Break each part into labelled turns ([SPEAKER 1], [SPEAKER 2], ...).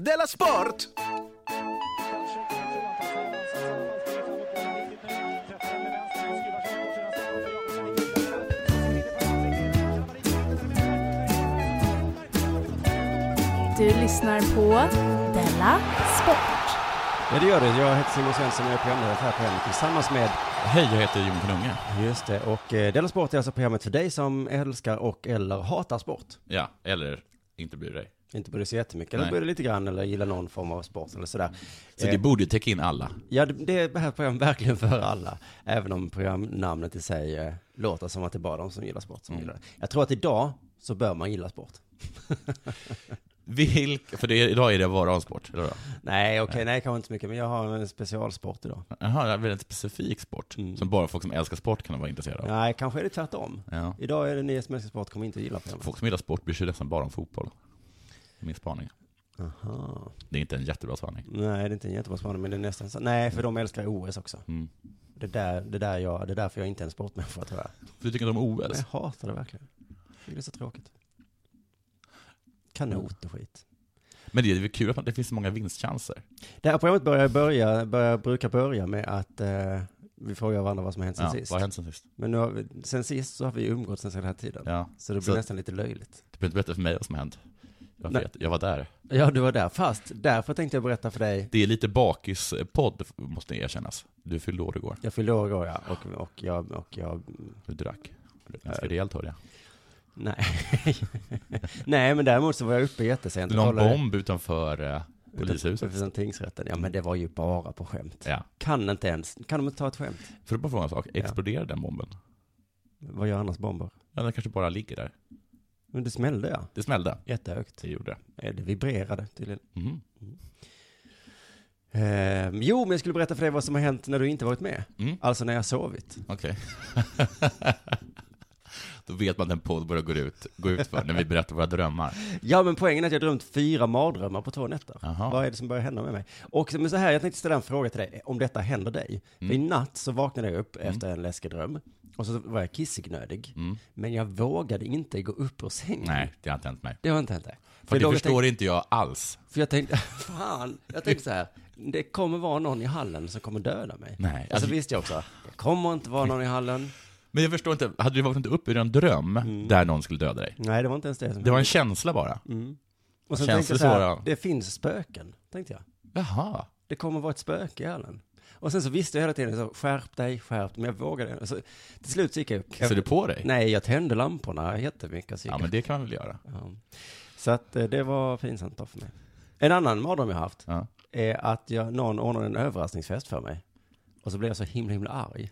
[SPEAKER 1] Della Sport!
[SPEAKER 2] Du lyssnar på Della Sport.
[SPEAKER 3] Ja, det gör det. Jag heter Simon Svensson och jag är programledare för det här programmet tillsammans med
[SPEAKER 4] Hej, jag heter Jon Pernunga.
[SPEAKER 3] Just det, och eh, Della Sport är alltså programmet för dig som älskar och eller hatar sport.
[SPEAKER 4] Ja, eller inte bryr dig.
[SPEAKER 3] Inte bryr dig så jättemycket, eller
[SPEAKER 4] Nej.
[SPEAKER 3] bryr dig lite grann, eller gillar någon form av sport eller sådär.
[SPEAKER 4] Så
[SPEAKER 3] Eh,
[SPEAKER 4] det borde ju täcka in alla.
[SPEAKER 3] Ja, det, det är det här programmet verkligen för alla. Även om programnamnet i sig eh, låter som att det är bara de som gillar sport som
[SPEAKER 4] Mm.
[SPEAKER 3] gillar det. Jag tror att idag så bör man gilla sport.
[SPEAKER 4] Vilk, för det, är- idag är det bara om sport, eller vadå?
[SPEAKER 3] Nej, okej, nej, kanske inte så mycket, men jag har en specialsport idag.
[SPEAKER 4] Jaha, det är en väldigt specifik sport,
[SPEAKER 3] Mm.
[SPEAKER 4] som bara folk som älskar sport kan vara intresserade av.
[SPEAKER 3] Nej, kanske är det tvärtom.
[SPEAKER 4] Ja.
[SPEAKER 3] Idag är det ni som älskar sport kommer inte att gilla programmet.
[SPEAKER 4] Folk som gillar sport bryr sig nästan bara om fotboll. Det är Min spaning.
[SPEAKER 3] Aha.
[SPEAKER 4] Det är inte en jättebra spaning.
[SPEAKER 3] Nej, det är inte en jättebra spaning, men det är nästan så. Nej, för de älskar OS också.
[SPEAKER 4] Mm.
[SPEAKER 3] Det, där, det, där jag, det är därför jag inte är en sportmänniska, tror jag.
[SPEAKER 4] För du tycker inte om
[SPEAKER 3] Men
[SPEAKER 4] OS?
[SPEAKER 3] jag hatar det verkligen. Jag tycker Det är så tråkigt. Kanot och skit.
[SPEAKER 4] Men det är väl kul att man- det finns så många vinstchanser.
[SPEAKER 3] Det här programmet börjar börja, börjar, brukar börja med att eh, vi frågar varandra vad som har hänt sen
[SPEAKER 4] Ja,
[SPEAKER 3] sist.
[SPEAKER 4] vad har hänt sen sist?
[SPEAKER 3] Men nu har vi, sen sist så har vi umgåtts nästan hela tiden.
[SPEAKER 4] Ja.
[SPEAKER 3] Så det blir
[SPEAKER 4] Så-
[SPEAKER 3] nästan lite löjligt.
[SPEAKER 4] Du behöver inte berätta för mig vad som har hänt. Jag
[SPEAKER 3] Nej.
[SPEAKER 4] vet, jag var där.
[SPEAKER 3] Ja, du var där. Fast därför tänkte jag berätta för dig.
[SPEAKER 4] Det är lite bakispodd, måste erkännas. Du fyllde år igår.
[SPEAKER 3] Jag fyllde år igår, ja. Och, och jag, och jag,
[SPEAKER 4] Du drack. Ganska rejält hörde jag.
[SPEAKER 3] nej. nej, men däremot så var jag uppe jättesent.
[SPEAKER 4] Det
[SPEAKER 3] och
[SPEAKER 4] är någon
[SPEAKER 3] kollade
[SPEAKER 4] bomb utanför eh, polishuset.
[SPEAKER 3] Utanför tingsrätten. Ja, men det var ju bara på skämt.
[SPEAKER 4] Ja.
[SPEAKER 3] Kan inte ens, kan de inte ta ett skämt?
[SPEAKER 4] Får jag bara fråga en sak? Exploderade den bomben?
[SPEAKER 3] Vad gör annars bomber?
[SPEAKER 4] Ja, den kanske bara ligger där.
[SPEAKER 3] Men det smällde ja.
[SPEAKER 4] Det smällde.
[SPEAKER 3] Jättehögt.
[SPEAKER 4] Det gjorde det.
[SPEAKER 3] Eh, Det vibrerade tydligen.
[SPEAKER 4] Mhm.
[SPEAKER 3] Ehm, jo, men jag skulle berätta för dig vad som har hänt när du inte varit med.
[SPEAKER 4] Mm.
[SPEAKER 3] Alltså när jag har sovit.
[SPEAKER 4] Okej. Då vet man att en podd börjar gå ut, gå ut för när vi berättar våra drömmar.
[SPEAKER 3] Ja, men poängen är att jag har drömt fyra mardrömmar på två nätter.
[SPEAKER 4] Jaha.
[SPEAKER 3] Vad är det som börjar hända med mig? Och men så här, jag tänkte ställa en fråga till dig, om detta händer dig. För
[SPEAKER 4] Mm.
[SPEAKER 3] i natt så vaknade jag upp efter en läskig dröm, och så var jag kissegnödig. Men jag vågade inte gå upp ur sängen.
[SPEAKER 4] Mm. Nej, det har inte hänt mig.
[SPEAKER 3] Det har inte hänt dig.
[SPEAKER 4] För det
[SPEAKER 3] då- jag
[SPEAKER 4] förstår inte jag alls.
[SPEAKER 3] För jag tänkte, fan, jag tänkte så här, det kommer vara någon i hallen som kommer döda mig.
[SPEAKER 4] Nej,
[SPEAKER 3] Och så
[SPEAKER 4] alltså-
[SPEAKER 3] visste jag också, det kommer inte vara någon i hallen.
[SPEAKER 4] Men jag förstår inte, hade du vaknat upp ur en dröm där någon skulle döda dig?
[SPEAKER 3] Nej, det var inte ens det som
[SPEAKER 4] Det var en känsla bara?
[SPEAKER 3] Och sen
[SPEAKER 4] känns
[SPEAKER 3] tänkte jag
[SPEAKER 4] det
[SPEAKER 3] så här,
[SPEAKER 4] svåra?
[SPEAKER 3] det finns spöken, tänkte jag.
[SPEAKER 4] Jaha.
[SPEAKER 3] Det kommer vara ett spöke i hallen. Och sen så visste jag hela tiden, så, skärp dig, skärp dig, men jag vågade. Så, till slut så gick jag upp.
[SPEAKER 4] Så det på dig?
[SPEAKER 3] Nej, jag tände lamporna jättemycket. Så, gick
[SPEAKER 4] Ja, men det kan man väl göra.
[SPEAKER 3] jag. Ja. så att eh, det var pinsamt då för mig. En annan mardröm jag haft
[SPEAKER 4] Ja.
[SPEAKER 3] är att jag, någon ordnade en överraskningsfest för mig. Och så blev jag så himla, himla arg.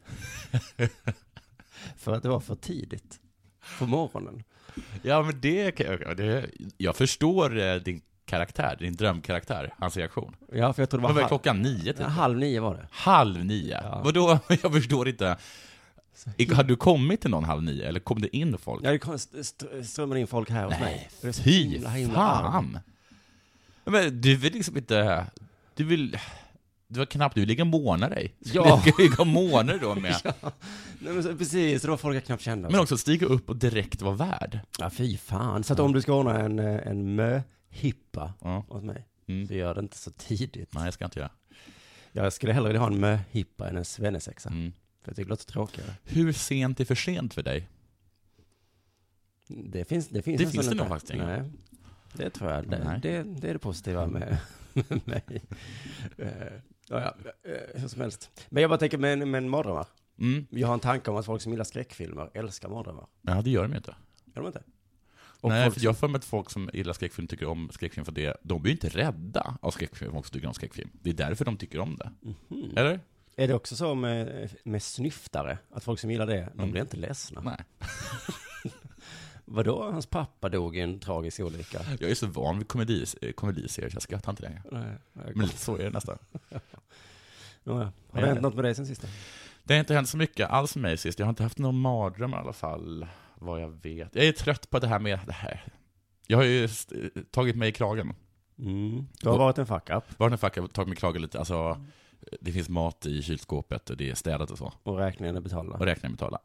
[SPEAKER 3] för att det var för tidigt. På morgonen.
[SPEAKER 4] Ja, men det kan jag... Det, jag förstår eh, din karaktär, din drömkaraktär, hans reaktion.
[SPEAKER 3] Ja, för jag tror det var,
[SPEAKER 4] Vad var det,
[SPEAKER 3] halv-
[SPEAKER 4] klockan nio? Typ.
[SPEAKER 3] Ja, halv nio var det.
[SPEAKER 4] Halv nio? Vadå? Jag förstår inte. I- Hade du kommit till någon halv nio, eller kom det in folk?
[SPEAKER 3] Ja, det kom- st- st- strömmade in folk här hos mig. Det är så
[SPEAKER 4] Fy
[SPEAKER 3] himla, himla arg.
[SPEAKER 4] fan! Men du vill liksom inte... Du vill... Du var knappt, du vill ligga och måna dig.
[SPEAKER 3] Ja.
[SPEAKER 4] Du ska ligga och måna dig då med.
[SPEAKER 3] Nej, men så, precis, det var folk jag knappt kände.
[SPEAKER 4] Men också stiga upp och direkt vara värd.
[SPEAKER 3] ja, fy fan. Så att om du ska ordna en, eh, en möhippa
[SPEAKER 4] Ja.
[SPEAKER 3] åt mig,
[SPEAKER 4] Mm.
[SPEAKER 3] så gör det inte så tidigt.
[SPEAKER 4] Nej, jag ska inte göra.
[SPEAKER 3] Jag skulle hellre vilja ha en möhippa än en svennesexa.
[SPEAKER 4] Mm.
[SPEAKER 3] För jag tycker det låter tråkigare.
[SPEAKER 4] Hur sent är för sent för dig?
[SPEAKER 3] Det finns det finns
[SPEAKER 4] Det
[SPEAKER 3] nästan
[SPEAKER 4] finns det
[SPEAKER 3] inte.
[SPEAKER 4] nog faktiskt inga.
[SPEAKER 3] Nej. Det tror jag. Det,
[SPEAKER 4] Nej. Mm.
[SPEAKER 3] det, det är det positiva med, med mig. Eh, ja, ja, eh, hur som helst. Men jag bara tänker, men, men mardrömmar.
[SPEAKER 4] Mm.
[SPEAKER 3] Jag har en tanke om att folk som gillar skräckfilmer älskar mardrömmar.
[SPEAKER 4] Nej, det gör de ju inte.
[SPEAKER 3] Gör de inte? Och
[SPEAKER 4] Nej,
[SPEAKER 3] folk
[SPEAKER 4] för jag har för mig att folk som gillar skräckfilm tycker om skräckfilm för det. De blir ju inte rädda av skräckfilm, folk som tycker om skräckfilm. Det är därför de tycker om det.
[SPEAKER 3] Mm.
[SPEAKER 4] Eller?
[SPEAKER 3] Mhm. Är det också så med, med snyftare? Att folk som gillar det, de blir inte ledsna?
[SPEAKER 4] Mm. Nej.
[SPEAKER 3] Vadå, hans pappa dog i en tragisk olycka?
[SPEAKER 4] Jag är så van vid komedis- eh, komediserier så jag skrattar inte längre.
[SPEAKER 3] Nej,
[SPEAKER 4] Men lite så är det nästan.
[SPEAKER 3] Nåja, har det
[SPEAKER 4] Nej.
[SPEAKER 3] hänt något med dig sen sist?
[SPEAKER 4] Det har inte hänt så mycket alls för mig sist. Jag har inte haft någon mardröm i alla fall, vad jag vet. Jag är trött på det här med det här. Jag har ju st- tagit mig i kragen.
[SPEAKER 3] Mm. Du har varit en fuck-up
[SPEAKER 4] Varför fuck, jag har tagit mig i kragen lite. Alltså, det finns mat i kylskåpet och det är städat och så.
[SPEAKER 3] och räkningen är betalda.
[SPEAKER 4] och räkna och betala.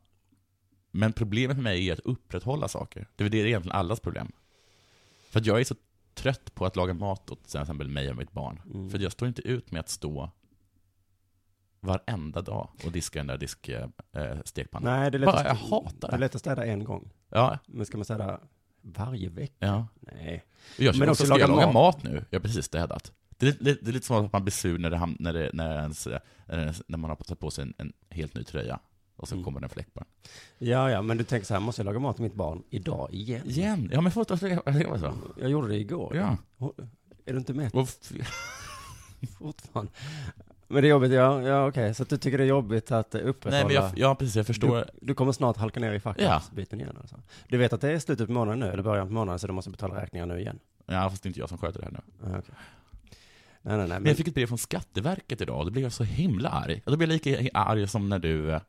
[SPEAKER 4] Men problemet för mig är att upprätthålla saker. Det är väl det egentligen allas problem. För att jag är så trött på att laga mat åt till exempel mig och mitt barn.
[SPEAKER 3] Mm.
[SPEAKER 4] För jag står inte ut med att stå varenda dag och diska den där eh, diskstekpannan.
[SPEAKER 3] Nej, det är lätt,
[SPEAKER 4] Bara,
[SPEAKER 3] att,
[SPEAKER 4] jag hatar
[SPEAKER 3] det är
[SPEAKER 4] det.
[SPEAKER 3] lätt att städa en gång.
[SPEAKER 4] Ja,
[SPEAKER 3] Men ska man städa varje vecka?
[SPEAKER 4] ja.
[SPEAKER 3] Nej.
[SPEAKER 4] Och Jag
[SPEAKER 3] Men
[SPEAKER 4] känner
[SPEAKER 3] också
[SPEAKER 4] också, ska jag
[SPEAKER 3] laga
[SPEAKER 4] laga mat. nu? Jag har precis städat. Det är, lite, det är lite som att man blir sur när, det ham- när, det, när, ens, eh, när, ens, när man har tagit på sig en, en helt ny tröja. Och så
[SPEAKER 3] Mm.
[SPEAKER 4] kommer den fläck på den.
[SPEAKER 3] Ja, ja, men du tänker så här, måste jag laga mat till mitt barn idag igen?
[SPEAKER 4] Igen? Ja men folk lever så.
[SPEAKER 3] Jag gjorde det igår.
[SPEAKER 4] Ja.
[SPEAKER 3] Ho- Är du inte med
[SPEAKER 4] Och f-
[SPEAKER 3] fortfarande? Men det är jobbigt, ja, ja okej, så att du tycker det är jobbigt att eh, upprätthålla...
[SPEAKER 4] Nej men jag, ja, precis, jag förstår.
[SPEAKER 3] Du, du kommer snart halka ner i
[SPEAKER 4] Ja.
[SPEAKER 3] fackavsbiten igen alltså. Du vet att det är slutet på månaden nu, eller början på månaden, så du måste betala räkningar nu igen?
[SPEAKER 4] Ja, fast det är inte jag som sköter det här nu.
[SPEAKER 3] Ja, okej. Nej, nej, nej.
[SPEAKER 4] Men jag fick ett brev från Skatteverket idag och då blev jag så himla arg. Och då blev jag lika arg som när du, eh,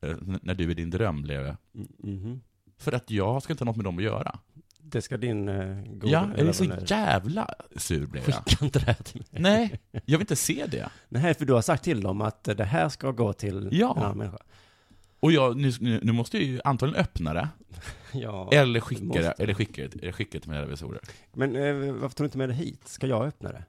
[SPEAKER 4] n- när du i din dröm blev.
[SPEAKER 3] Mm, mhm.
[SPEAKER 4] För att jag ska inte ha något med dem att göra.
[SPEAKER 3] Det ska din eh, goda...
[SPEAKER 4] Ja, jag
[SPEAKER 3] eller
[SPEAKER 4] är så
[SPEAKER 3] vad det är.
[SPEAKER 4] jävla sur blev jag.
[SPEAKER 3] Skicka inte det här till mig.
[SPEAKER 4] Nej, jag vill inte se det.
[SPEAKER 3] Nej, för du har sagt till dem att eh, det här ska gå till
[SPEAKER 4] Ja.
[SPEAKER 3] en annan människa.
[SPEAKER 4] Och jag, nu, nu nu måste jag ju antagligen öppna det,
[SPEAKER 3] Ja.
[SPEAKER 4] eller
[SPEAKER 3] du
[SPEAKER 4] skicka
[SPEAKER 3] måste.
[SPEAKER 4] det, eller skicka det, eller skicka det till mina revisorer.
[SPEAKER 3] Men eh, varför tar du inte med det hit? Ska jag öppna det?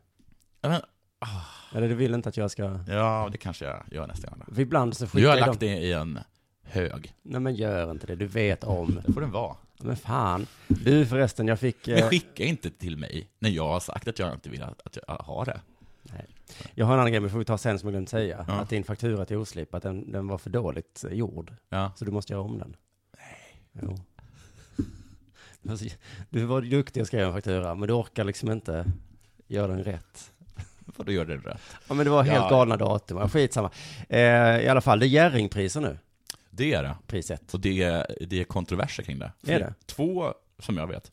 [SPEAKER 4] Ja, men- ah.
[SPEAKER 3] Eller du vill inte att jag ska...
[SPEAKER 4] Ja, det kanske jag gör nästa gång. då.
[SPEAKER 3] För ibland så skickar
[SPEAKER 4] Jag har
[SPEAKER 3] jag
[SPEAKER 4] lagt
[SPEAKER 3] dem...
[SPEAKER 4] det i en hög.
[SPEAKER 3] Nej men gör inte det, du vet om.
[SPEAKER 4] Det får den vara.
[SPEAKER 3] Men fan. Du förresten, jag fick... eh,
[SPEAKER 4] Men skicka inte till mig när jag har sagt att jag inte vill att att jag har det.
[SPEAKER 3] Jag har en annan grej, men får vi ta sen som jag glömde säga.
[SPEAKER 4] Ja.
[SPEAKER 3] Att din faktura till Oslip, att den, den var för dåligt eh, gjord.
[SPEAKER 4] Ja.
[SPEAKER 3] Så du måste göra om den. Nej. Jo. Du var så- Du var duktig och skrev en faktura, men du orkar liksom inte göra den rätt.
[SPEAKER 4] Får du göra det rätt.
[SPEAKER 3] Ja, men det var helt
[SPEAKER 4] Ja.
[SPEAKER 3] galna datum. Ja, Skitsamma. Eh, I alla fall, det är Jerringpriser nu,
[SPEAKER 4] Det är det.
[SPEAKER 3] priset.
[SPEAKER 4] Och det är, det är kontroverser kring det.
[SPEAKER 3] Är det?
[SPEAKER 4] Två, som jag vet.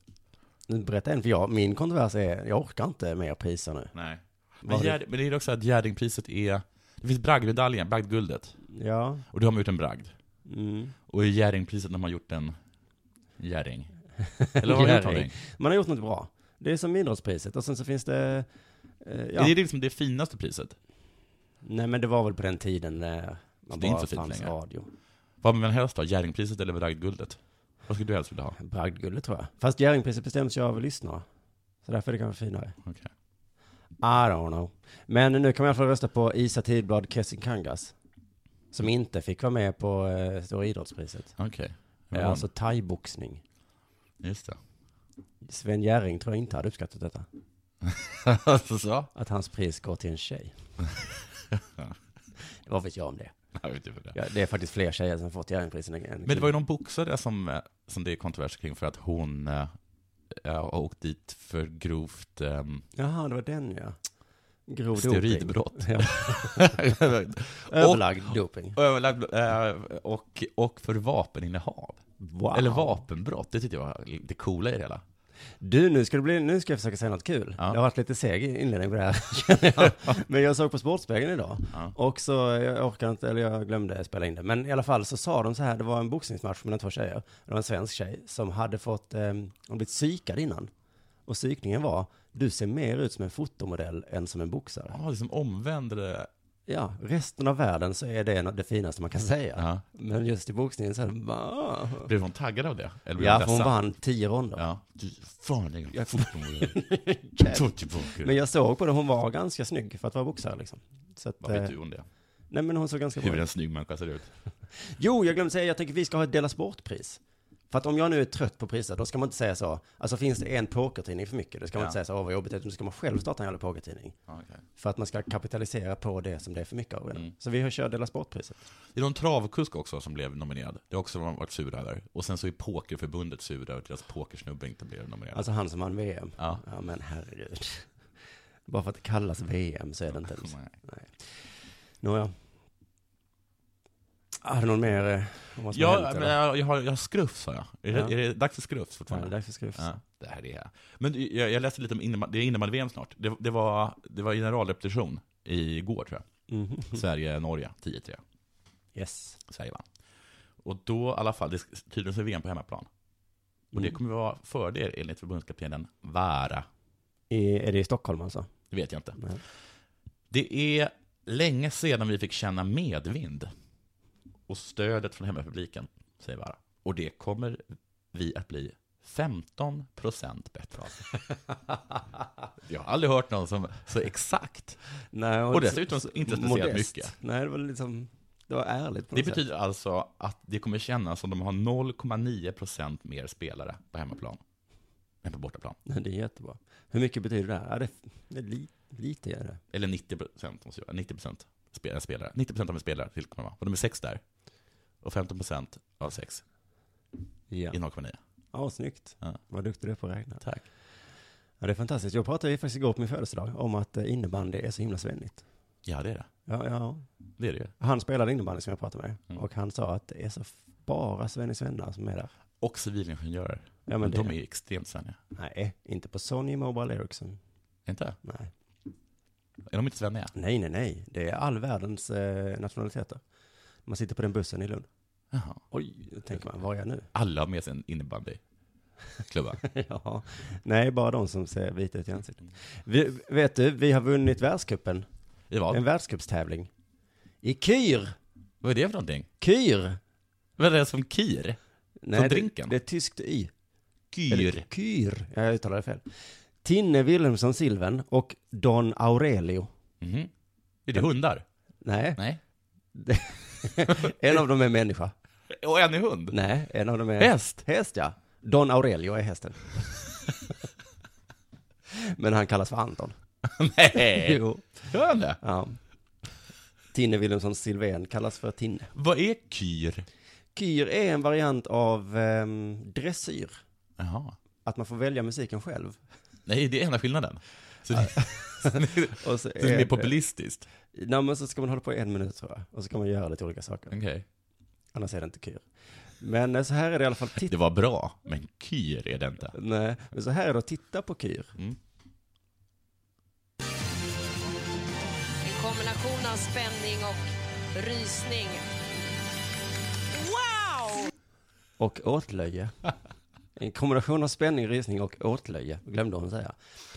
[SPEAKER 3] Nu Berätta en, för jag, min kontrovers är, jag orkar inte mer priser nu.
[SPEAKER 4] Nej. Men,
[SPEAKER 3] Vad har
[SPEAKER 4] Gärd, men det är också att Gärdingpriset är... Det finns bragdmedaljen, bragdguldet.
[SPEAKER 3] Ja.
[SPEAKER 4] Och då har man gjort en bragd.
[SPEAKER 3] Mm.
[SPEAKER 4] Och i Gärdingpriset har man gjort en gärding. Eller vad är
[SPEAKER 3] Gärding.
[SPEAKER 4] det?
[SPEAKER 3] Man har gjort något bra. Det är som idrottspriset och sen så finns det... Eh, ja.
[SPEAKER 4] Det är liksom det finaste priset.
[SPEAKER 3] Nej men det var väl på den tiden när man
[SPEAKER 4] Det är inte
[SPEAKER 3] bara
[SPEAKER 4] så fint
[SPEAKER 3] fanns
[SPEAKER 4] längre.
[SPEAKER 3] radio.
[SPEAKER 4] Vad vill man helst ha? Gärdingpriset eller bragdguldet? Vad skulle du helst vilja ha?
[SPEAKER 3] Bragdguldet tror jag. Fast Jerringpriset bestäms ju av lyssnare. Så därför är det kanske finare.
[SPEAKER 4] Okej.
[SPEAKER 3] I don't know. Men nu kan man i alla fall rösta på Isa Tidblad Kessin Kangas. Som inte fick vara med på eh, Stora Idrottspriset.
[SPEAKER 4] Okej.
[SPEAKER 3] Eh,
[SPEAKER 4] Ja,
[SPEAKER 3] Alltså thaiboxning.
[SPEAKER 4] Just det.
[SPEAKER 3] Sven Jerring tror jag inte hade uppskattat detta.
[SPEAKER 4] alltså så?
[SPEAKER 3] Att hans pris går till en tjej. Vad vet jag om det?
[SPEAKER 4] Jag vet inte vad det är.
[SPEAKER 3] Ja, det är faktiskt fler tjejer som fått Jerringpriset än än
[SPEAKER 4] Men det var ju någon boxare som, eh, som det är kontrovers kring för att hon eh, ja, har åkt dit för grovt ehm,
[SPEAKER 3] Jaha, det var den ja. Grov doping.
[SPEAKER 4] steroidbrott.
[SPEAKER 3] Ja. Överlagd doping.
[SPEAKER 4] Överlagt, eh, och, och för vapeninnehav.
[SPEAKER 3] Wow.
[SPEAKER 4] Eller vapenbrott, det tyckte jag var det coola i det hela.
[SPEAKER 3] Du, nu ska, det bli, nu ska jag försöka säga något kul.
[SPEAKER 4] Ja.
[SPEAKER 3] Det har varit lite seg inledning på det här, känner jag. Men jag såg på Sportspegeln idag.
[SPEAKER 4] Ja.
[SPEAKER 3] Och så, jag orkar inte, eller jag glömde spela in det. Men i alla fall så sa de så här, det var en boxningsmatch mellan två tjejer. Det var en svensk tjej som hade fått, eh, hon blivit psykad innan. Och psykningen var, du ser mer ut som en fotomodell än som en boxare.
[SPEAKER 4] Ja, liksom omvänd det.
[SPEAKER 3] Ja, resten av världen så är det det finaste man kan säga.
[SPEAKER 4] Ja.
[SPEAKER 3] Men just i boxningen så är det bara... "Ah."
[SPEAKER 4] Blev hon taggad av det? Eller blev
[SPEAKER 3] Ja, för hon
[SPEAKER 4] ledsen?
[SPEAKER 3] vann tio ronder.
[SPEAKER 4] Ja. Du, fan, jag är
[SPEAKER 3] Men
[SPEAKER 4] fotbollsmodell.
[SPEAKER 3] jag såg på det, hon var ganska snygg för att vara boxare liksom. Så att,
[SPEAKER 4] Vad vet
[SPEAKER 3] eh,
[SPEAKER 4] du om det?
[SPEAKER 3] Nej men hon såg ganska bra
[SPEAKER 4] Hur
[SPEAKER 3] ut.
[SPEAKER 4] en snygg människa ser ut.
[SPEAKER 3] Jo, jag glömde säga, jag tänker vi ska ha ett Dela Sport-pris. För att om jag nu är trött på priser, då ska man inte säga så. Alltså finns det en pokertidning för mycket, då ska man
[SPEAKER 4] Ja.
[SPEAKER 3] inte säga så, åh vad jobbigt, utan då ska man själv starta en jävla pokertidning.
[SPEAKER 4] Ja, okej.
[SPEAKER 3] För att man ska kapitalisera på det som det är för mycket av redan.
[SPEAKER 4] Mm.
[SPEAKER 3] Så vi kör Dela Sport-priset.
[SPEAKER 4] Det är någon travkusk också som blev nominerad. Det har också de varit sura över. Och sen så är Pokerförbundet sura över att deras pokersnubbe inte blev nominerad.
[SPEAKER 3] Alltså han som vann VM.
[SPEAKER 4] ja.
[SPEAKER 3] Ja men herregud. Bara för att det kallas VM så är det inte ens.
[SPEAKER 4] Nej.
[SPEAKER 3] Nåja. Har du någon mer eh, om vad som har
[SPEAKER 4] Ja,
[SPEAKER 3] hänt?
[SPEAKER 4] men
[SPEAKER 3] eller?
[SPEAKER 4] jag, jag, har, jag har skrufs har jag. Är, det,
[SPEAKER 3] Ja.
[SPEAKER 4] är det dags för skrufs
[SPEAKER 3] Fan, det är
[SPEAKER 4] fortfarande?
[SPEAKER 3] dags för skrufs.
[SPEAKER 4] Ja, det här är jag. Men jag, jag läste lite om innebandy, det är innebandy-VM snart. Det, det, var, det var generalrepetition igår tror
[SPEAKER 3] Mhm.
[SPEAKER 4] jag. Sverige-Norge, 10-3.
[SPEAKER 3] Yes.
[SPEAKER 4] Sverige vann. Och då i alla fall, det är tydligen så är VM på hemmaplan. Och det
[SPEAKER 3] Mm.
[SPEAKER 4] kommer vara fördel enligt förbundskaptenen Vara.
[SPEAKER 3] I, är det i Stockholm alltså?
[SPEAKER 4] Det vet jag inte.
[SPEAKER 3] Nej.
[SPEAKER 4] Det är länge sedan vi fick känna medvind och stödet från hemmapubliken, säger Vara. Och det kommer vi att bli 15% bättre av det. Jag har aldrig hört någon som så exakt.
[SPEAKER 3] Nej,
[SPEAKER 4] Och dessutom inte speciellt
[SPEAKER 3] modest.
[SPEAKER 4] mycket.
[SPEAKER 3] Nej, det var liksom, det var ärligt på
[SPEAKER 4] Det
[SPEAKER 3] något sätt.
[SPEAKER 4] betyder alltså att det kommer kännas som de har 0,9% mer spelare på hemmaplan än på bortaplan.
[SPEAKER 3] Nej, det är jättebra. Hur mycket betyder det här? Ja, det, det är li, lite är det.
[SPEAKER 4] Eller 90% måste jag 90% spelare, eh, spelare. 90% av en spelare tillkommer man. Och de är 6 där. Och 15% av 6
[SPEAKER 3] Ja.
[SPEAKER 4] är 0,9.
[SPEAKER 3] Ja, snyggt.
[SPEAKER 4] Ja.
[SPEAKER 3] Vad duktig du är på att räkna.
[SPEAKER 4] Tack.
[SPEAKER 3] Ja, det är fantastiskt. Jag pratade ju faktiskt igår på min födelsedag om att eh, innebandy är så himla svennigt.
[SPEAKER 4] Ja, det är det.
[SPEAKER 3] Ja, ja.
[SPEAKER 4] Det är det ju.
[SPEAKER 3] Han spelade innebandy som jag pratade med
[SPEAKER 4] Mm.
[SPEAKER 3] och han sa att det är så f- bara svennis vänner som är där.
[SPEAKER 4] Och civilingenjörer.
[SPEAKER 3] Ja,
[SPEAKER 4] Men
[SPEAKER 3] men
[SPEAKER 4] de
[SPEAKER 3] det,
[SPEAKER 4] är ju extremt svenniga.
[SPEAKER 3] Nej, inte på Sony Mobile Ericsson.
[SPEAKER 4] Inte?
[SPEAKER 3] Nej.
[SPEAKER 4] Är de inte svenniga?
[SPEAKER 3] nej, nej, nej. Det är all världens eh, nationaliteter. Man sitter på den bussen i Lund.
[SPEAKER 4] Jaha.
[SPEAKER 3] Oj, då tänker man, var är jag nu?
[SPEAKER 4] Alla har med sig en innebandyklubba.
[SPEAKER 3] ja, nej, bara de som ser vita ut i ansiktet. Vi, vet du, vi har vunnit världscupen.
[SPEAKER 4] I vad?
[SPEAKER 3] En världscupstävling. I Kyr!
[SPEAKER 4] Vad är det för någonting?
[SPEAKER 3] Kyr!
[SPEAKER 4] Vad är det som kir?
[SPEAKER 3] Nej, det-
[SPEAKER 4] drinken?
[SPEAKER 3] Det är tyskt y. Eller
[SPEAKER 4] Kyr.
[SPEAKER 3] Kyr. Ja, jag uttalade fel. Tinne Wilhelmsson Silven och Don Aurelio.
[SPEAKER 4] Mhm. Är det hundar?
[SPEAKER 3] Nej,
[SPEAKER 4] Nej.
[SPEAKER 3] en av dem är människa.
[SPEAKER 4] Och en är hund?
[SPEAKER 3] Nej, en av dem är...
[SPEAKER 4] Häst?
[SPEAKER 3] Häst, ja. Don Aurelio är hästen. Men han kallas för Anton.
[SPEAKER 4] Nej.
[SPEAKER 3] Jo.
[SPEAKER 4] Gör han det?
[SPEAKER 3] Ja. Tinne Wilhelmsson Silven kallas för Tinne.
[SPEAKER 4] Vad är kyr?
[SPEAKER 3] Kyr är en variant av ehm, dressyr.
[SPEAKER 4] Jaha.
[SPEAKER 3] Att man får välja musiken själv.
[SPEAKER 4] Nej, det är enda skillnaden. Så det,
[SPEAKER 3] Och så
[SPEAKER 4] det är mer
[SPEAKER 3] det-
[SPEAKER 4] populistiskt.
[SPEAKER 3] Nej, men så ska man hålla på i en minut tror jag. Och så kan man göra lite olika saker.
[SPEAKER 4] Okej.
[SPEAKER 3] Annars är det inte kyr. Men eh, så här är det i alla fall. Titta,
[SPEAKER 4] Det var bra, men kyr är det inte.
[SPEAKER 3] nej, men så här är det att titta på kyr.
[SPEAKER 4] Mm.
[SPEAKER 1] En kombination av spänning och rysning. Wow!
[SPEAKER 3] Och åtlöje. En kombination av spänning, rysning och åtlöje. Glömde hon säga.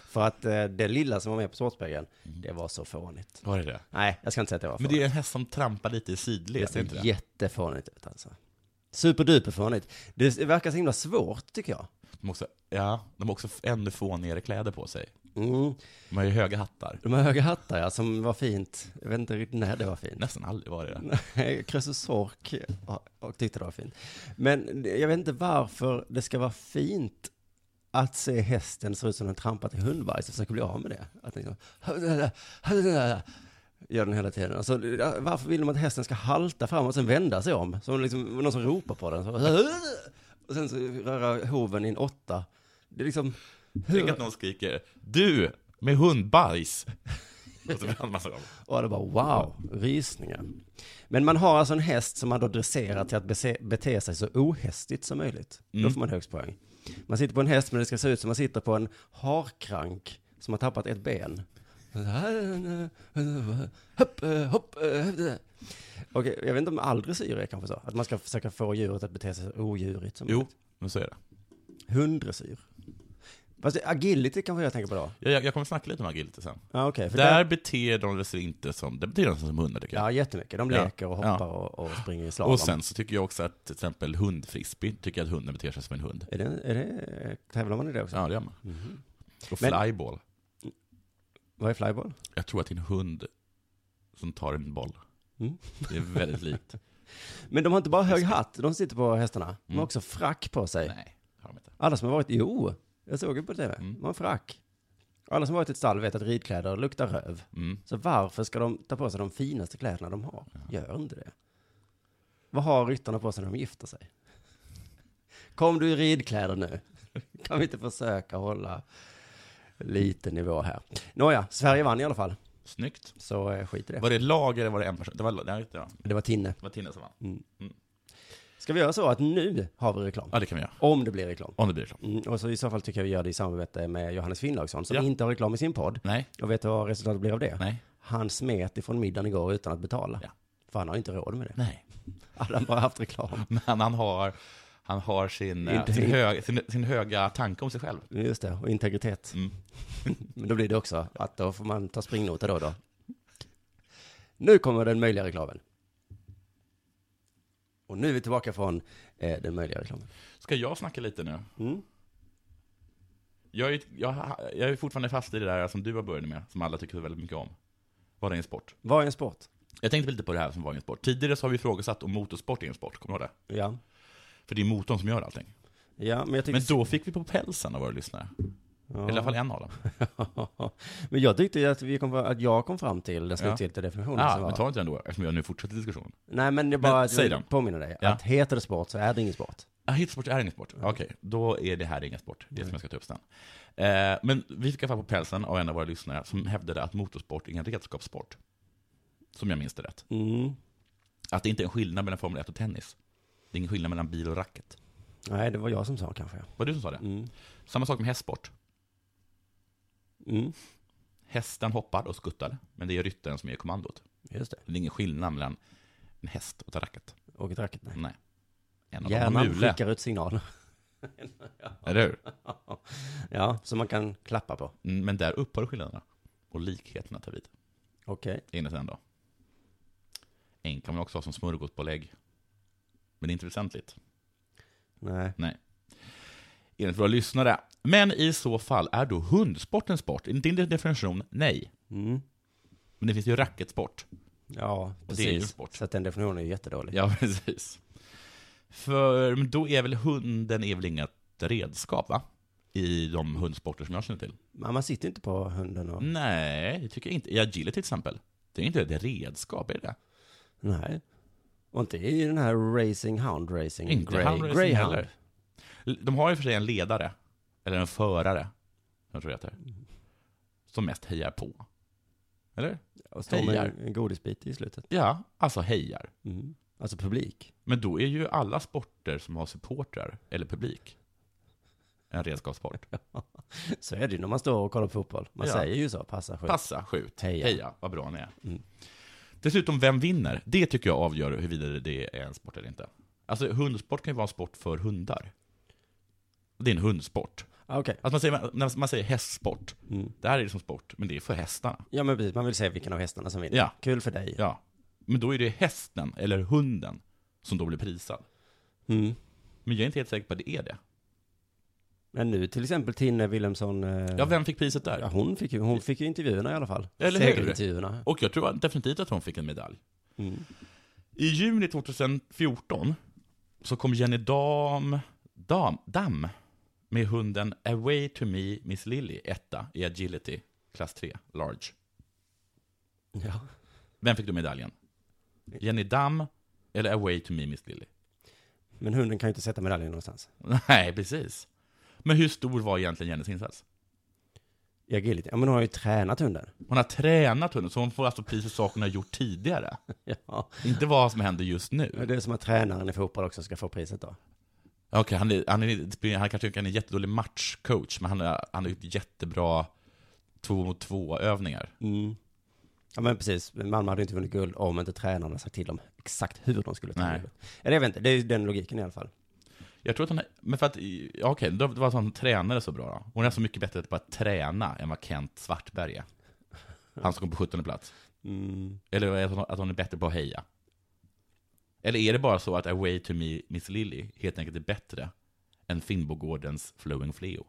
[SPEAKER 3] För att eh, det lilla som var med på Sportspegeln, det var så fånigt.
[SPEAKER 4] Vad är det?
[SPEAKER 3] Nej, jag ska inte säga att det var
[SPEAKER 4] Mm. Men
[SPEAKER 3] fånigt.
[SPEAKER 4] det är en häst som trampar lite i sidled,
[SPEAKER 3] det
[SPEAKER 4] är inte
[SPEAKER 3] ser
[SPEAKER 4] det?
[SPEAKER 3] jättefånigt ut alltså. Superduperfånigt. Det verkar så himla svårt tycker jag.
[SPEAKER 4] De, också, ja, de har också f- ännu fånigare kläder på sig.
[SPEAKER 3] Mm.
[SPEAKER 4] De har ju höga hattar.
[SPEAKER 3] De här höga hattar ja, som var fint. Jag vet inte riktigt när det var fint.
[SPEAKER 4] Nästan aldrig var det det.
[SPEAKER 3] Nej, Krösus Sork och tyckte det var fint. Men jag vet inte varför det ska vara fint att se hästen se ut som den trampat i hundbajs och försöker bli av med det. Att den liksom, gör den hela tiden. Alltså, varför vill de att hästen ska halta fram och sen vända sig om? Som liksom någon som ropar på den. Så, och sen så röra hoven i en åtta. Det är liksom...
[SPEAKER 4] Tänk att någon skriker Du, med hundbajs! Och så vänder man sig om.
[SPEAKER 3] Och det var wow, rysningar. Men man har alltså en häst som man då dresserar till att bese- bete sig så ohästigt som möjligt.
[SPEAKER 4] Mm.
[SPEAKER 3] Då får man högst poäng. Man sitter på en häst men det ska se ut som man sitter på en harkrank som har tappat ett ben. Hopp, eh, hopp, eh, hopp, eh. Okej, jag vet inte om all dressyr är kanske så. Att man ska försöka få djuret att bete sig så odjurigt som
[SPEAKER 4] Jo,
[SPEAKER 3] möjligt.
[SPEAKER 4] men så är det.
[SPEAKER 3] Hunddressyr. Fast det- agility kanske jag tänker på då.
[SPEAKER 4] Jag, jag kommer snacka lite om agility sen.
[SPEAKER 3] Ja, okej. för
[SPEAKER 4] Där beter de sig inte som, det beter de sig som hundar tycker jag.
[SPEAKER 3] Ja, jättemycket. De
[SPEAKER 4] Ja.
[SPEAKER 3] leker och
[SPEAKER 4] Ja.
[SPEAKER 3] hoppar och, och springer i slalom.
[SPEAKER 4] Och sen så tycker jag också att till exempel hundfrisbee, tycker jag att hunden beter sig som en hund.
[SPEAKER 3] Är det, är det, eh, tävlar man i det också?
[SPEAKER 4] Ja, det gör man. Och
[SPEAKER 3] Men-
[SPEAKER 4] flyball.
[SPEAKER 3] Vad är flyball?
[SPEAKER 4] Jag tror att det är en hund som tar en boll.
[SPEAKER 3] Mm.
[SPEAKER 4] Det är väldigt likt.
[SPEAKER 3] Men de har inte bara hög hatt, de sitter på hästarna. De har
[SPEAKER 4] Mm.
[SPEAKER 3] också frack på sig.
[SPEAKER 4] Nej, har de inte.
[SPEAKER 3] Alla som har varit, jo, jag såg det på tv,
[SPEAKER 4] Mm.
[SPEAKER 3] de har frack. Alla som har varit i ett stall vet att ridkläder luktar röv.
[SPEAKER 4] Mm.
[SPEAKER 3] Så varför ska de ta på sig de finaste kläderna de har? Gör inte det. Vad har ryttarna på sig när de gifter sig? Kom du i ridkläder nu? Kan vi inte försöka hålla lite nivå här? Nåja, Sverige vann i alla fall.
[SPEAKER 4] Snyggt.
[SPEAKER 3] Så eh, skit i det.
[SPEAKER 4] Var det lag eller var det en person? Det var, nej, det var,
[SPEAKER 3] Det var Tinne.
[SPEAKER 4] det var Tina som vann.
[SPEAKER 3] Mm. Ska vi göra så att nu har vi reklam?
[SPEAKER 4] Ja, det kan vi göra.
[SPEAKER 3] Om det blir reklam.
[SPEAKER 4] Om det blir så.
[SPEAKER 3] Mm, och så i så fall tycker jag vi gör det i samarbete med Johannes Finnlaugsson som
[SPEAKER 4] Ja.
[SPEAKER 3] inte har reklam i sin podd.
[SPEAKER 4] Nej,
[SPEAKER 3] Och vet du vad resultatet blir av det?
[SPEAKER 4] nej,
[SPEAKER 3] Han smet ifrån middagen igår utan att betala.
[SPEAKER 4] Ja.
[SPEAKER 3] För han har inte råd med det.
[SPEAKER 4] nej.
[SPEAKER 3] Hade han bara haft reklam.
[SPEAKER 4] Men han har, han har sin, eh,
[SPEAKER 3] Inte-
[SPEAKER 4] sin, hög, sin, sin höga tanke om sig själv.
[SPEAKER 3] Just det, och integritet.
[SPEAKER 4] Mm.
[SPEAKER 3] Men då blir det också att då får man ta springnota då och då. Nu kommer den möjliga reklamen. Och nu är vi tillbaka från eh, den möjliga reklamen.
[SPEAKER 4] Ska jag snacka lite nu?
[SPEAKER 3] Mm.
[SPEAKER 4] Jag är, jag, jag är fortfarande fast i det där som du har börjat med, som alla tycker väldigt mycket om. Vad är en sport?
[SPEAKER 3] Vad är en sport?
[SPEAKER 4] Jag tänkte lite på det här som var en sport. Tidigare så har vi ifrågasatt om motorsport är en sport, kommer du ihåg det?
[SPEAKER 3] Ja.
[SPEAKER 4] För det är motorn som gör allting.
[SPEAKER 3] Ja, men jag tycker...
[SPEAKER 4] Men då fick vi på pälsen av våra lyssnare.
[SPEAKER 3] ja.
[SPEAKER 4] I alla fall en av dem.
[SPEAKER 3] men jag tyckte ju att, vi kom, att jag kom fram till den slutgiltiga definitionen
[SPEAKER 4] Ja,
[SPEAKER 3] som var.
[SPEAKER 4] men ta inte den då, eftersom jag nu fortsätter diskussionen.
[SPEAKER 3] Nej, men jag bara
[SPEAKER 4] Men säg den.
[SPEAKER 3] att påminner dig.
[SPEAKER 4] Ja.
[SPEAKER 3] Att heter det sport så är det ingen sport.
[SPEAKER 4] Ah, hitsport är ingen
[SPEAKER 3] Mm.
[SPEAKER 4] sport. Okej, då är det här ingen sport. Det är som jag ska ta upp sen. Eh, men vi fick i alla fall på pälsen av en av våra lyssnare som hävdade att motorsport är en redskapssport. Som jag minns det rätt.
[SPEAKER 3] Mm.
[SPEAKER 4] Att det inte är en skillnad mellan Formel 1 och tennis. Det är ingen skillnad mellan bil och racket.
[SPEAKER 3] Nej, det var jag som sa kanske.
[SPEAKER 4] Var det du som sa det?
[SPEAKER 3] Mm.
[SPEAKER 4] Samma sak med hästsport.
[SPEAKER 3] Mm.
[SPEAKER 4] Hästen hoppar och skuttar, men det är ryttaren som ger kommandot.
[SPEAKER 3] Just det.
[SPEAKER 4] Det är ingen skillnad mellan en häst och ett racket.
[SPEAKER 3] Och ett racket. Nej.
[SPEAKER 4] Nej. En av dem har
[SPEAKER 3] Hjärnan
[SPEAKER 4] mule,
[SPEAKER 3] skickar ut signaler.
[SPEAKER 4] eller hur?
[SPEAKER 3] Ja, som man kan klappa på.
[SPEAKER 4] Mm, Men där upphör skillnaderna. Och likheterna tar vid.
[SPEAKER 3] Okej.
[SPEAKER 4] enligt den då. En kan man också ha som smörgåspålägg. Men det är inte väsentligt,
[SPEAKER 3] Nej.
[SPEAKER 4] enligt våra lyssnare. Men i så fall, är då hundsport en sport? Enligt din definition, nej.
[SPEAKER 3] Mm.
[SPEAKER 4] Men det finns ju racketsport.
[SPEAKER 3] Ja,
[SPEAKER 4] Och
[SPEAKER 3] precis.
[SPEAKER 4] det är ju sport.
[SPEAKER 3] Så att den definitionen är ju jättedålig.
[SPEAKER 4] Ja, precis. För men då är väl hunden är väl inget redskap, va? I de hundsporter som jag känner till.
[SPEAKER 3] Men man sitter inte på hunden
[SPEAKER 4] Mm.
[SPEAKER 3] och...
[SPEAKER 4] Nej, det tycker jag inte. I agility till exempel. Det är inte ett redskap, är det det?
[SPEAKER 3] Nej. Och inte i den här racing hound racing.
[SPEAKER 4] Inte houndracing
[SPEAKER 3] greyhound.
[SPEAKER 4] heller. De har ju för sig en ledare, eller en förare, jag tror det heter, som mest hejar på. Eller?
[SPEAKER 3] Och står med
[SPEAKER 4] Hejar.
[SPEAKER 3] en- en godisbit i slutet.
[SPEAKER 4] Ja, alltså hejar.
[SPEAKER 3] Mm. Alltså publik.
[SPEAKER 4] Men då är ju alla sporter som har supportrar, eller publik, en redskapssport.
[SPEAKER 3] Så är det ju när man står och kollar på fotboll. Man
[SPEAKER 4] Ja.
[SPEAKER 3] säger ju så, passa skjut.
[SPEAKER 4] Passa, skjut,
[SPEAKER 3] Heja.
[SPEAKER 4] heja, vad bra ni är.
[SPEAKER 3] Mm.
[SPEAKER 4] Dessutom, vem vinner? Det tycker jag avgör huruvida det är en sport eller inte. Alltså, hundsport kan ju vara en sport för hundar. Det är en hundsport.
[SPEAKER 3] Ah, Okej.
[SPEAKER 4] Alltså man säger, när man säger hästsport,
[SPEAKER 3] Mm.
[SPEAKER 4] det här är liksom sport, men det är för hästarna.
[SPEAKER 3] Ja men precis, man vill se vilken av hästarna som vinner.
[SPEAKER 4] Ja.
[SPEAKER 3] Kul för dig.
[SPEAKER 4] Ja. Men då är det hästen, eller hunden, som då blir prisad.
[SPEAKER 3] Mm.
[SPEAKER 4] Men jag är inte helt säker på att det är det.
[SPEAKER 3] Men nu till exempel Tinne Wilhelmsson. Eh,
[SPEAKER 4] Ja, vem fick priset
[SPEAKER 3] ja,
[SPEAKER 4] där?
[SPEAKER 3] hon, fick ju, hon fick ju intervjuerna i alla fall.
[SPEAKER 4] Eller hur?
[SPEAKER 3] Segerintervjuerna.
[SPEAKER 4] Och jag tror definitivt att hon fick en medalj.
[SPEAKER 3] Mm.
[SPEAKER 4] I juni 2014 så kom Jenny Dam, Dam, Dam med hunden Away to Me Miss Lily, etta i agility, klass 3, large.
[SPEAKER 3] Ja.
[SPEAKER 4] Vem fick då medaljen? Jenny Dam eller Away to Me Miss Lily?
[SPEAKER 3] Men hunden kan ju inte sätta medaljen någonstans.
[SPEAKER 4] Nej, precis. Men hur stor var egentligen Jennys insats?
[SPEAKER 3] I agility. Ja men hon har ju tränat hunden.
[SPEAKER 4] Hon har tränat hunden, så hon får alltså pris för saker hon har gjort tidigare.
[SPEAKER 3] Ja.
[SPEAKER 4] Inte vad som händer just nu.
[SPEAKER 3] Det är som att tränaren i fotboll också ska få priset då.
[SPEAKER 4] Okej, han, är, han, är, han kanske inte är en jättedålig matchcoach, men han är, han är ett jättebra två mot två-övningar.
[SPEAKER 3] Mm. Ja men precis, Malmö hade ju inte vunnit guld om inte tränarna sagt till dem exakt hur de skulle ta
[SPEAKER 4] Nej.
[SPEAKER 3] guldet. Eller jag vet inte, det är ju den logiken i alla fall.
[SPEAKER 4] Jag tror att han, är- men för att, ja, okej, då var han tränare så bra då. Hon är så mycket bättre på att träna än vad Kent Svartberg är. Han som kom på 17 plats.
[SPEAKER 3] Mm.
[SPEAKER 4] Eller är det att hon är bättre på att heja? Eller är det bara så att Away to Me, Miss Lily helt enkelt är bättre än Finnbogårdens Flowing Fleo?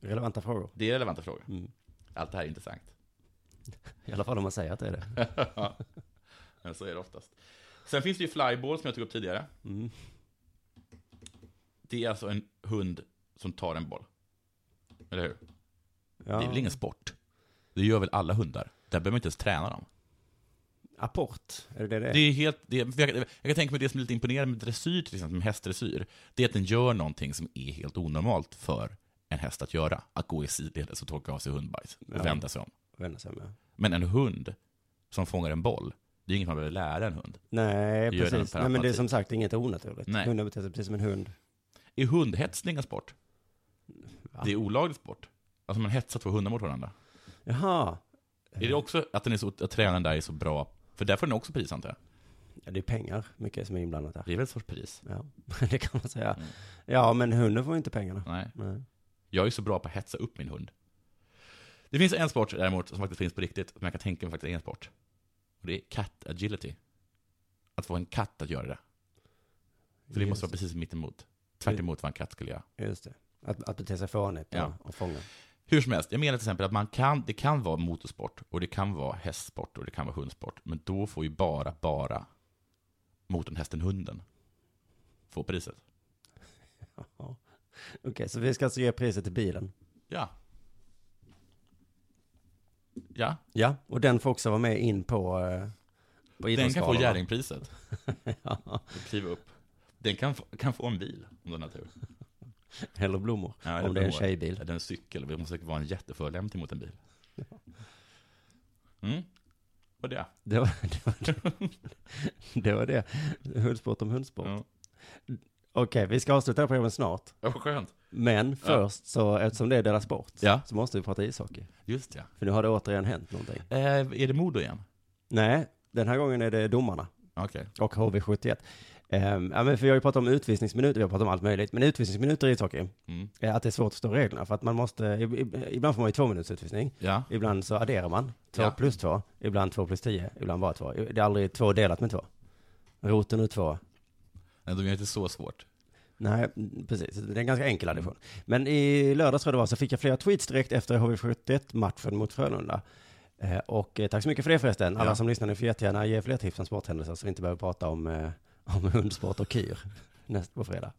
[SPEAKER 3] Relevanta frågor.
[SPEAKER 4] Det är relevanta frågor.
[SPEAKER 3] Mm.
[SPEAKER 4] Allt det här är intressant.
[SPEAKER 3] I alla fall om man säger att det är det.
[SPEAKER 4] Men så är det oftast. Sen finns det ju flyball som jag tog upp tidigare.
[SPEAKER 3] Mm.
[SPEAKER 4] Det är alltså en hund som tar en boll. Eller hur?
[SPEAKER 3] Ja.
[SPEAKER 4] Det är väl ingen sport? Det gör väl alla hundar? Där behöver man inte ens träna dem.
[SPEAKER 3] Apport, är det det det är?
[SPEAKER 4] Det är helt, det är, jag, jag kan tänka mig det som är lite imponerande med dressyr, till exempel med hästdressyr, det är att den gör någonting som är helt onormalt för en häst att göra. Att gå i sidledes och torka av sig hundbajs och
[SPEAKER 3] Ja.
[SPEAKER 4] vända sig om.
[SPEAKER 3] Vända sig med.
[SPEAKER 4] Men en hund som fångar en boll, det är inget man behöver lära en hund.
[SPEAKER 3] Nej,
[SPEAKER 4] Gör den
[SPEAKER 3] precis.
[SPEAKER 4] per
[SPEAKER 3] Nej, men det är
[SPEAKER 4] automatik.
[SPEAKER 3] som sagt inget onaturligt.
[SPEAKER 4] Nej.
[SPEAKER 3] Hunden beter sig precis som en hund.
[SPEAKER 4] Är hundhetsning en sport?
[SPEAKER 3] Va?
[SPEAKER 4] Det är olaglig sport. Alltså man hetsar två hundar mot varandra.
[SPEAKER 3] Jaha.
[SPEAKER 4] Är det också att, den är så, att tränaren där är så bra? För där får den också pris antar jag.
[SPEAKER 3] Ja, det är pengar mycket som är inblandat där.
[SPEAKER 4] Det är väl ett sorts pris?
[SPEAKER 3] Ja, det kan man säga.
[SPEAKER 4] Mm.
[SPEAKER 3] Ja, men hunden får ju inte pengarna.
[SPEAKER 4] Nej.
[SPEAKER 3] Nej.
[SPEAKER 4] Jag är så bra på att hetsa upp min hund. Det finns en sport däremot som faktiskt finns på riktigt, som jag kan tänka mig faktiskt är en sport. Och det är cat agility. Att få en katt att göra det. För det måste vara precis mitt emot. Tvärt emot vad en katt skulle göra.
[SPEAKER 3] Just det. Att, att bete sig fånigt
[SPEAKER 4] Ja.
[SPEAKER 3] och, och fånga.
[SPEAKER 4] Hur som helst, jag menar till exempel att man kan, det kan vara motorsport och det kan vara hästsport och det kan vara hundsport. Men då får ju bara, bara motorn, hästen, hunden få priset.
[SPEAKER 3] Jaha. Okej, så vi ska alltså ge priset till bilen.
[SPEAKER 4] Ja. Ja,
[SPEAKER 3] Ja, och den får också vara med in på, eh, på
[SPEAKER 4] den kan få
[SPEAKER 3] idrottsgalorna.
[SPEAKER 4] Jerringpriset.
[SPEAKER 3] ja,
[SPEAKER 4] och Kliva upp. Den kan, få- kan få en bil om den har tur.
[SPEAKER 3] eller blommor.
[SPEAKER 4] Ja,
[SPEAKER 3] om det är en
[SPEAKER 4] blommor.
[SPEAKER 3] tjejbil.
[SPEAKER 4] Eller en cykel. Det måste vara en jätteförolämpning mot en bil. Mm. Och det.
[SPEAKER 3] Det var det. Var det. det, var det. Hundsport om hundsport.
[SPEAKER 4] Ja.
[SPEAKER 3] Okej, vi ska avsluta det här programmet snart.
[SPEAKER 4] Ja, vad skönt.
[SPEAKER 3] Men först, så eftersom det är deras sport,
[SPEAKER 4] Ja,
[SPEAKER 3] så måste vi prata ishockey.
[SPEAKER 4] just det.
[SPEAKER 3] För nu har det återigen hänt någonting.
[SPEAKER 4] Eh, är det Modo igen?
[SPEAKER 3] Nej, den här gången är det domarna
[SPEAKER 4] Okej.
[SPEAKER 3] och HV71. Ehm, ja, men för jag har ju pratat om utvisningsminuter, vi har pratat om allt möjligt. Men utvisningsminuter i ishockey,
[SPEAKER 4] Mm.
[SPEAKER 3] är Eh, att det är svårt att förstå reglerna. För att man måste, ib- ib- ibland får man ju två minuters utvisning.
[SPEAKER 4] Ja.
[SPEAKER 3] Ibland så adderar man två
[SPEAKER 4] Ja.
[SPEAKER 3] plus två, ibland två plus tio, ibland bara två. Det är aldrig två delat med två. Roten och två.
[SPEAKER 4] Nej, de gör inte så svårt.
[SPEAKER 3] Nej, mm, precis. Det är en ganska enkel addition. Men i lördags tror jag det var, så fick jag flera tweets direkt efter HV71-matchen mot Frölunda. Eh, Och eh, tack så mycket för det förresten. Alla
[SPEAKER 4] Ja.
[SPEAKER 3] som lyssnar nu får jättegärna ge fler tips om sporthändelser så vi inte behöver prata om, eh, om hundsport och kyr näst på fredag.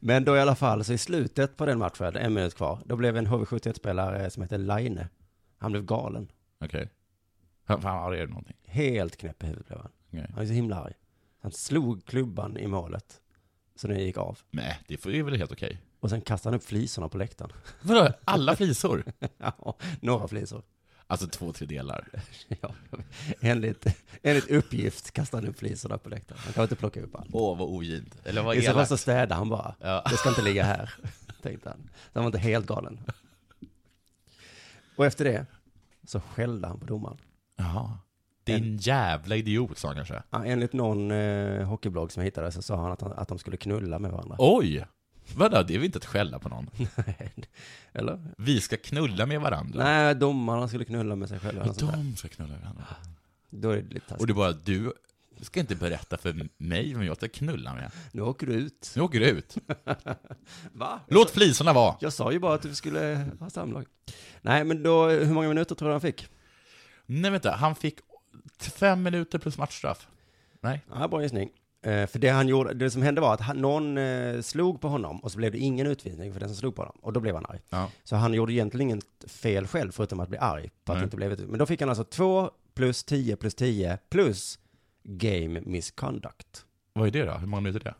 [SPEAKER 3] Men då i alla fall, så i slutet på den matchen, en minut kvar, då blev en HV71-spelare eh, som heter Laine, han blev galen.
[SPEAKER 4] Okej. Fan, Fan, arg är det någonting?
[SPEAKER 3] Helt knäpp i huvudet blev han.
[SPEAKER 4] Okej.
[SPEAKER 3] Han är så himla arg. Han slog klubban i målet, så den gick av.
[SPEAKER 4] Nej, det får- är väl helt okej.
[SPEAKER 3] Och sen kastade han upp flisorna på läktaren.
[SPEAKER 4] Vadå, alla flisor?
[SPEAKER 3] Ja, några flisor.
[SPEAKER 4] Alltså två, tre delar.
[SPEAKER 3] Ja. Enligt, enligt uppgift kastade han upp flisorna på läktaren. Han kan inte plocka upp allt.
[SPEAKER 4] Åh, vad ogint. Eller vad
[SPEAKER 3] I så fall
[SPEAKER 4] elakt.
[SPEAKER 3] så städade han bara.
[SPEAKER 4] Ja.
[SPEAKER 3] Det ska inte ligga här, tänkte han. Så han var inte helt galen. Och efter det så skällde han på domaren.
[SPEAKER 4] Jaha. Din jävla idiot, sa han kanske.
[SPEAKER 3] Ja, enligt någon eh, hockeyblogg som jag hittade så sa han att, han att de skulle knulla med varandra.
[SPEAKER 4] Oj! Vadå, det är väl inte att skälla på någon?
[SPEAKER 3] Eller?
[SPEAKER 4] Vi ska knulla med varandra.
[SPEAKER 3] Nej, domarna skulle knulla med sig själva. eller
[SPEAKER 4] Och
[SPEAKER 3] något sånt där.
[SPEAKER 4] de ska knulla med varandra.
[SPEAKER 3] Då är det lite
[SPEAKER 4] Och
[SPEAKER 3] taskigt.
[SPEAKER 4] du bara, du ska inte berätta för mig vem jag ska knulla med.
[SPEAKER 3] Nu åker du ut.
[SPEAKER 4] Nu åker du ut.
[SPEAKER 3] Va?
[SPEAKER 4] Låt flisorna vara.
[SPEAKER 3] Jag sa ju bara att vi skulle ha samlag. Nej, men då, hur många minuter tror du han fick?
[SPEAKER 4] Nej, vänta. Han fick fem minuter plus matchstraff. Nej.
[SPEAKER 3] Ja, bra gissning. Eh, För det han gjorde, det som hände var att han, någon eh, slog på honom och så blev det ingen utvisning för den som slog på honom. Och då blev han arg.
[SPEAKER 4] Ja.
[SPEAKER 3] Så han gjorde egentligen inget fel själv förutom att bli arg på att
[SPEAKER 4] Nej.
[SPEAKER 3] det inte blev utvisning. Men då fick han alltså 2 plus 10 plus 10 plus game misconduct.
[SPEAKER 4] Vad är det då? Hur många minuter är det?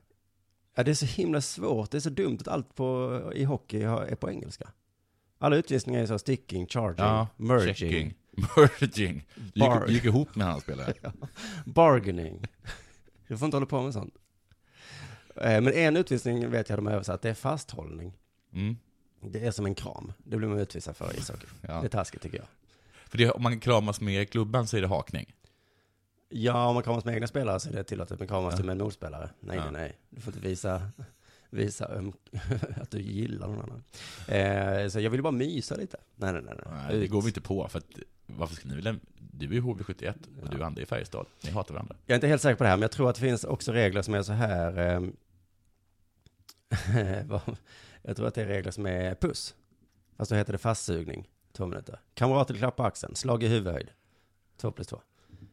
[SPEAKER 3] Ja, det är så himla svårt. Det är så dumt att allt på, i hockey har- är på engelska. Alla utvisningar är så sticking, charging, merging,
[SPEAKER 4] Checking. Merging. Du
[SPEAKER 3] Bar.
[SPEAKER 4] gick, du gick ihop med en annan spelare.
[SPEAKER 3] Bargaining. Du får inte hålla på med sånt. Eh, Men en utvisning vet jag de har översatt, det är fasthållning.
[SPEAKER 4] Mm.
[SPEAKER 3] Det är som en kram. Det blir man utvisad för i ishockey. Det är
[SPEAKER 4] Ja.
[SPEAKER 3] taskigt tycker jag.
[SPEAKER 4] För det, om man kramas med klubban så är det hakning.
[SPEAKER 3] Ja, om man kramas med egna spelare så är det tillåtet, men kramas
[SPEAKER 4] Ja.
[SPEAKER 3] du med en motspelare? Nej,
[SPEAKER 4] Ja.
[SPEAKER 3] nej, nej. Du får inte visa, visa öm- att du gillar någon annan. Eh, så jag vill bara mysa lite. Nej, nej, nej.
[SPEAKER 4] Nej, det
[SPEAKER 3] Ut.
[SPEAKER 4] går vi inte på. För att, varför ska ni vilja... Du är ju HV71 och
[SPEAKER 3] Ja.
[SPEAKER 4] du är andra i Färjestad. Ni hatar varandra.
[SPEAKER 3] Jag är inte helt säker på det här, men jag tror att det finns också regler som är så här. ehm, vad- jag tror att det är regler som är puss. Fast då heter det fastsugning, två minuter. Kamrater klappar axeln, slag i huvudhöjd, två plus två.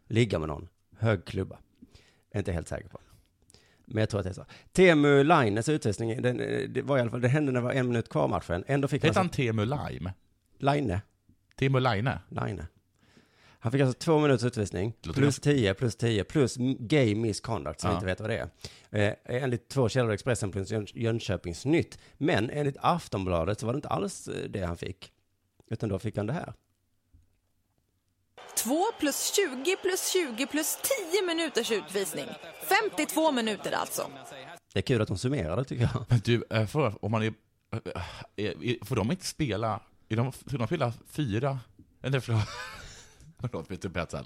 [SPEAKER 3] Ligga med någon, hög klubba. Jag är inte helt säker på. Men jag tror att det är så. Teemu Laines utvisning, den, eh, det var i alla fall, det hände när det var en minut kvar av matchen. Ändå fick han,
[SPEAKER 4] Hette han
[SPEAKER 3] alltså,
[SPEAKER 4] Teemu Lime?
[SPEAKER 3] Laine,
[SPEAKER 4] Teemu Laine?
[SPEAKER 3] Laine. Han fick alltså två minuters utvisning,
[SPEAKER 4] Det låter
[SPEAKER 3] plus 10, plus 10, plus m- gay misconduct, som
[SPEAKER 4] Ja.
[SPEAKER 3] vi inte vet vad det är. Eh, enligt två källor, Expressen plus Jön- Jönköpings Nytt. Men enligt Aftonbladet så var det inte alls eh, det han fick. Utan då fick han det här.
[SPEAKER 5] 2 plus 20 plus 20 plus 10 minuters utvisning. 52 minuter alltså.
[SPEAKER 3] Det är kul att de summerade tycker jag.
[SPEAKER 4] Men du, eh, för, om man är... eh, eh, Får de inte spela... Är de, får de spela fyra? Eller förlåt, förlåt Peter Petzl.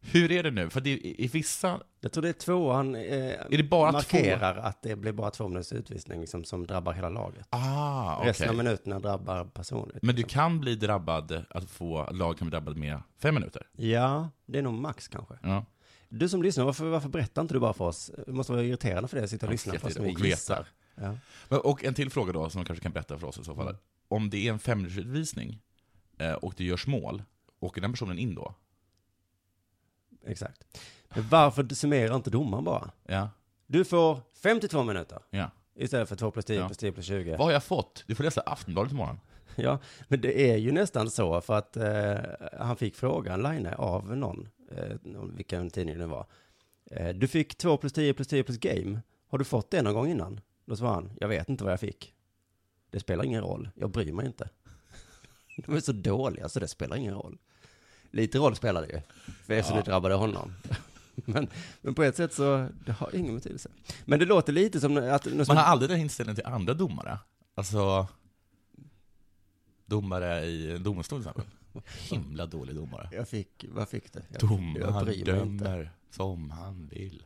[SPEAKER 4] Hur är det nu? För det, i, i vissa...
[SPEAKER 3] Jag tror det är tvåan eh,
[SPEAKER 4] Är det bara två?
[SPEAKER 3] markerar att det blir bara två minuters utvisning liksom, som drabbar hela laget.
[SPEAKER 4] Ah, okej.
[SPEAKER 3] Resten av minuterna drabbar personligt.
[SPEAKER 4] Men du kan bli drabbad, att få lag kan bli drabbad med fem minuter.
[SPEAKER 3] Ja, det är nog max kanske.
[SPEAKER 4] Ja.
[SPEAKER 3] Du som lyssnar, varför, varför berättar inte du bara för oss? Det måste vara irriterande för dig att sitta och lyssna på oss och
[SPEAKER 4] jätteirriterande att veta.
[SPEAKER 3] alltså, gissar. Ja. Mm.
[SPEAKER 4] Men, och en till fråga då, som de kanske kan berätta för oss i så fall. Om det är en femminutersutvisning eh, och det görs mål, åker den personen in då?
[SPEAKER 3] Exakt. Men varför summerar inte domaren bara?
[SPEAKER 4] Ja.
[SPEAKER 3] Du får 52 minuter
[SPEAKER 4] ja.
[SPEAKER 3] istället för 2 plus 10
[SPEAKER 4] Ja.
[SPEAKER 3] plus 10 plus 20.
[SPEAKER 4] Vad har jag fått? Du får läsa Aftonbladet imorgon.
[SPEAKER 3] Ja, men det är ju nästan så för att eh, han fick frågan, Line, av någon, eh, någon- vilken tidning det var. Eh, du fick 2 plus 10 plus 10 plus game. Har du fått det någon gång innan? Då svarade han, jag vet inte vad jag fick. Det spelar ingen roll, jag bryr mig inte. De är så dåliga så det spelar ingen roll. Lite roll spelar det ju, för eftersom det drabbade honom. Men, men på ett sätt så, det har ingen betydelse. Men det låter lite som att...
[SPEAKER 4] Man har aldrig den inställningen till andra domare. Alltså, domare i en domstol till exempel. Himla dålig domare.
[SPEAKER 3] jag fick, vad fick det? Jag, jag
[SPEAKER 4] Domaren
[SPEAKER 3] bryr mig inte.
[SPEAKER 4] dömer som han vill.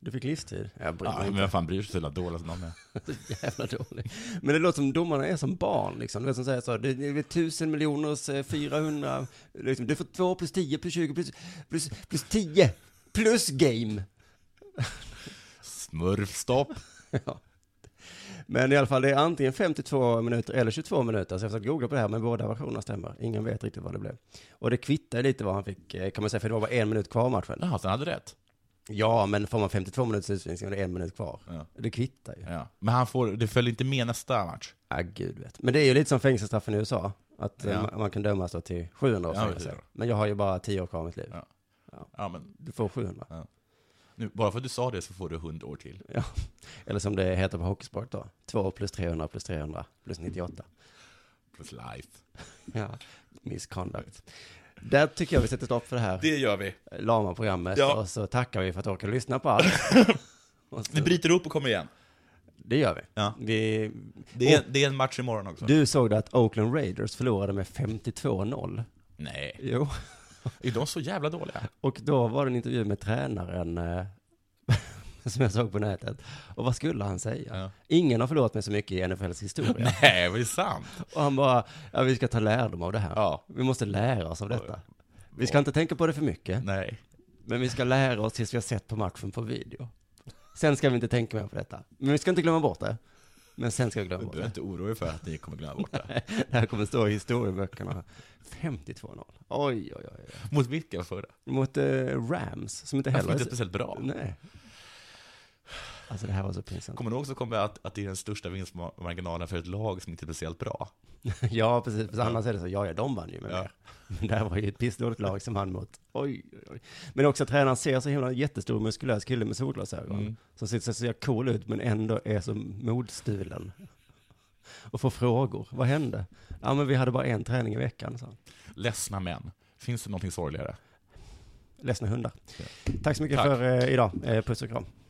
[SPEAKER 3] Du fick livstid? Jag bryr
[SPEAKER 4] Ja,
[SPEAKER 3] mig
[SPEAKER 4] men vem fan bryr sig så jävla dåliga som de är?
[SPEAKER 3] inte. Jävla dålig. Men det låter som domarna är som barn liksom. Du vet som säger så, det är tusen miljoners, eh, 400, liksom, du får två plus tio plus tjugo plus, plus, plus tio, plus game.
[SPEAKER 4] Smurfstopp!
[SPEAKER 3] Ja. Men i alla fall, det är antingen 52 minuter eller 22 minuter, så jag har försökt googla på det här, men båda versionerna stämmer. Ingen vet riktigt vad det blev. Och det kvittar lite vad han fick, eh, kan man säga, för det var bara en minut kvar av matchen.
[SPEAKER 4] Jaha, så han hade rätt?
[SPEAKER 3] Ja, men får man 52 minuters utvisning och det är en minut kvar,
[SPEAKER 4] Ja.
[SPEAKER 3] det kvittar ju.
[SPEAKER 4] Ja. Men han får, det följer inte med nästa match?
[SPEAKER 3] Ja, gud vet. Men det är ju lite som fängelsestraffen i USA. Att eh,
[SPEAKER 4] Ja.
[SPEAKER 3] man, man kan dömas då till 700 års
[SPEAKER 4] Ja,
[SPEAKER 3] fängelse.
[SPEAKER 4] precis.
[SPEAKER 3] Men jag har ju bara 10 år kvar av mitt liv.
[SPEAKER 4] Ja. Ja, men
[SPEAKER 3] Du får 700.
[SPEAKER 4] nu, bara för att du sa det så får du 100 år till.
[SPEAKER 3] Eller som det heter på hockeysport då. 2 plus 300 plus 300 plus 98.
[SPEAKER 4] Plus life.
[SPEAKER 3] Ja, misconduct. Där tycker jag vi sätter stopp för det här
[SPEAKER 4] Det gör vi.
[SPEAKER 3] lama programmet.
[SPEAKER 4] Ja.
[SPEAKER 3] Och så tackar vi för att du orkar lyssna på allt. Och så,
[SPEAKER 4] Vi bryter upp och kommer igen.
[SPEAKER 3] det gör vi.
[SPEAKER 4] Ja.
[SPEAKER 3] vi.
[SPEAKER 4] Det är, det är en match imorgon också.
[SPEAKER 3] Du såg det att Oakland Raiders förlorade med 52-0.
[SPEAKER 4] Nej,
[SPEAKER 3] Jo.
[SPEAKER 4] är de så jävla dåliga?
[SPEAKER 3] Och då var det en intervju med tränaren eh, som jag såg på nätet. Och vad skulle han säga?
[SPEAKER 4] Ja.
[SPEAKER 3] Ingen har förlorat mig så mycket i NFLs historia.
[SPEAKER 4] Nej, vad är det sant?
[SPEAKER 3] Och han bara, ja, vi ska ta lärdom av det här.
[SPEAKER 4] Ja.
[SPEAKER 3] Vi måste lära oss av detta. Vi ska inte tänka på det för mycket,
[SPEAKER 4] Nej.
[SPEAKER 3] men vi ska lära oss tills vi har sett på matchen på video. Sen ska vi inte tänka mer på detta. Men vi ska inte glömma bort det. Men sen ska vi glömma
[SPEAKER 4] Du
[SPEAKER 3] bort
[SPEAKER 4] behöver
[SPEAKER 3] det.
[SPEAKER 4] inte oroa dig för att ni kommer glömma bort det.
[SPEAKER 3] Det här kommer stå i historieböckerna. 52-0. Oj, oj, oj. oj.
[SPEAKER 4] Mot vilka förra?
[SPEAKER 3] Mot eh, Rams, som inte
[SPEAKER 4] Jag
[SPEAKER 3] heller...
[SPEAKER 4] inte speciellt bra.
[SPEAKER 3] Nej. Alltså det här var så pinsamt.
[SPEAKER 4] Kommer du också komma att, att det är den största vinstmarginalen för ett lag som inte är speciellt bra?
[SPEAKER 3] Ja, precis. För annars är det så, ja, ja, de vann ju med
[SPEAKER 4] Ja.
[SPEAKER 3] mer. Men det här var ju ett pissdåligt lag som vann mot, oj, oj, oj. Men också att tränaren ser så himla jättestor muskulös kille med solglasögon. Som ser så jävla cool ut, men ändå är så modstulen. Och får frågor. Vad hände? Ja, men vi hade bara en träning i veckan, sa han.
[SPEAKER 4] Ledsna män. Finns det någonting sorgligare?
[SPEAKER 3] Ledsna hundar.
[SPEAKER 4] Ja.
[SPEAKER 3] Tack så mycket
[SPEAKER 4] Tack.
[SPEAKER 3] för eh, idag. Eh, puss och kram.